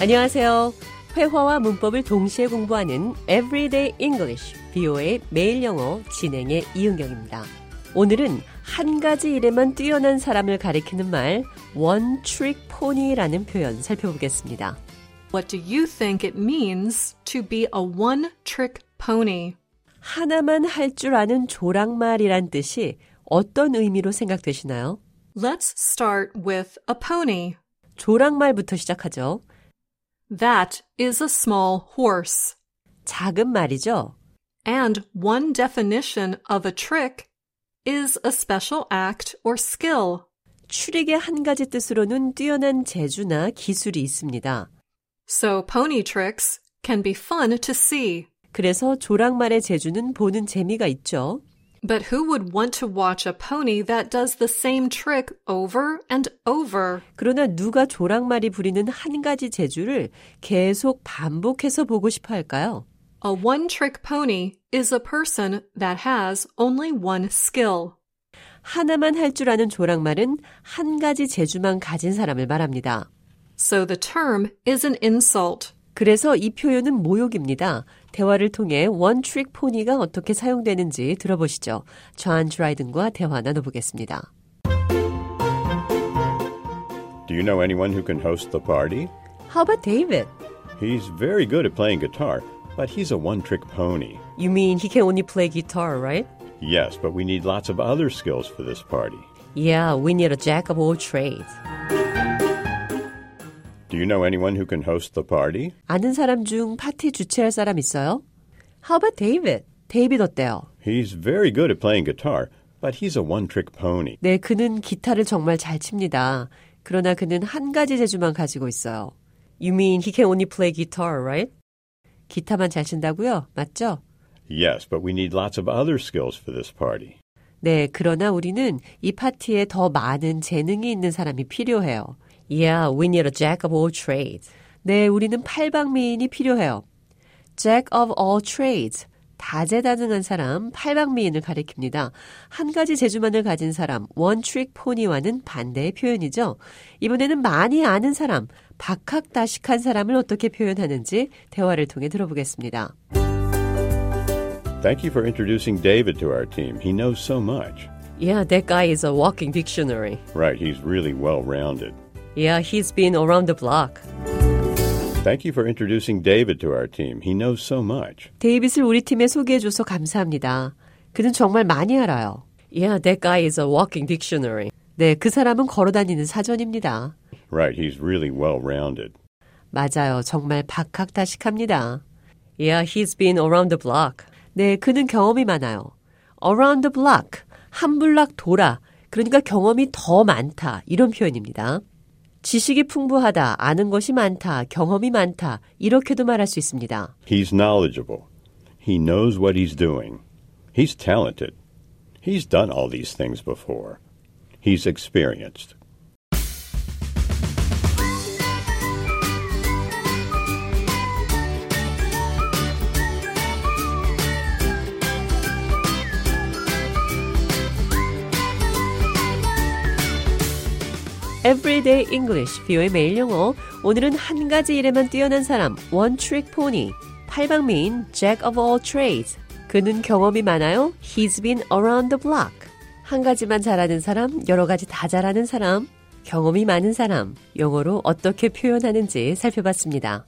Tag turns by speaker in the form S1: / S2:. S1: 안녕하세요. 회화와 문법을 동시에 공부하는 Everyday English, BO의 매일 영어 진행의 이은경입니다. 오늘은 한 가지 일에만 뛰어난 사람을 가리키는 말, one trick pony라는 표현 살펴보겠습니다.
S2: What do you think it means to be a one trick pony?
S1: 하나만 할 줄 아는 조랑말이란 뜻이 어떤 의미로 생각되시나요?
S2: Let's start with a pony.
S1: 조랑말부터 시작하죠.
S2: That is a small horse.
S1: 작은 말이죠.
S2: And one definition of a trick is a special act or skill.
S1: 추릭의 한 가지 뜻으로는 뛰어난 재주나 기술이 있습니다.
S2: So pony tricks can be fun to see.
S1: 그래서 조랑말의 재주는 보는 재미가 있죠.
S2: But who would want to watch a pony that does the same trick over and over?
S1: 그러나 누가 조랑말이 부리는 한 가지 재주를 계속 반복해서 보고 싶어 할까요?
S2: A one trick pony is a person that has only one skill.
S1: 하나만 할 줄 아는 조랑말은 한 가지 재주만 가진 사람을 말합니다.
S2: So the term is an insult.
S1: 그래서 이 표현은 모욕입니다. 대화를 통해 원트릭 포니가 어떻게 사용되는지 들어보시죠. 존 드라이든과 대화 나눠보겠습니다.
S3: Do you know anyone who can host the party?
S1: How about David?
S3: He's very good at playing guitar, but he's a one trick pony.
S1: You mean he can only play guitar, right?
S3: Yes, but we need lots of other skills for this party.
S1: Yeah, we need a jack of all trades.
S3: Do you know anyone who can host the party?
S1: 아는 사람 중 파티 주최할 사람 있어요? How about David? 데이빗 어때요?
S3: He's very good at playing guitar, but he's a one trick pony.
S1: 네, 그는 기타를 정말 잘 칩니다. 그러나 그는 한 가지 재주만 가지고 있어요. You mean he can only play guitar, right? 기타만 잘 친다고요? 맞죠?
S3: Yes, but we need lots of other skills for this party.
S1: 네, 그러나 우리는 이 파티에 더 많은 재능이 있는 사람이 필요해요. Yeah, we need a jack of all trades. 네, 우리는 팔방미인이 필요해요. Jack of all trades. 다재다능한 사람, 팔방미인을 가리킵니다. 한 가지 재주만을 가진 사람, 원트릭 포니와는 반대의 표현이죠. 이번에는 많이 아는 사람, 박학다식한 사람을 어떻게 표현하는지 대화를 통해 들어보겠습니다.
S3: Thank you for introducing David to our team. He knows so much.
S1: Yeah, that guy is a walking dictionary.
S3: Right, he's really well rounded.
S1: Yeah, he's been around the block.
S3: Thank you for introducing David to our team. He knows so much.
S1: 데이빗을 우리 팀에 소개해줘서 감사합니다. 그는 정말 많이 알아요. Yeah, that guy is a walking dictionary. 네, 그 사람은 걸어다니는 사전입니다.
S3: Right, he's really well rounded.
S1: 맞아요. 정말 박학다식합니다. Yeah, he's been around the block. 네, 그는 경험이 많아요. around the block. 한 블락 돌아. 그러니까 경험이 더 많다. 이런 표현입니다. 지식이 풍부하다, 아는 것이 많다, 경험이 많다. 이렇게도 말할 수 있습니다.
S3: He's knowledgeable. He knows what he's doing. He's talented. He's done all these things before. He's experienced.
S1: Everyday English, 비오의 매일 영어. 오늘은 한 가지 일에만 뛰어난 사람, One Trick Pony. 팔방미인, Jack of all trades. 그는 경험이 많아요. He's been around the block. 한 가지만 잘하는 사람, 여러 가지 다 잘하는 사람, 경험이 많은 사람, 영어로 어떻게 표현하는지 살펴봤습니다.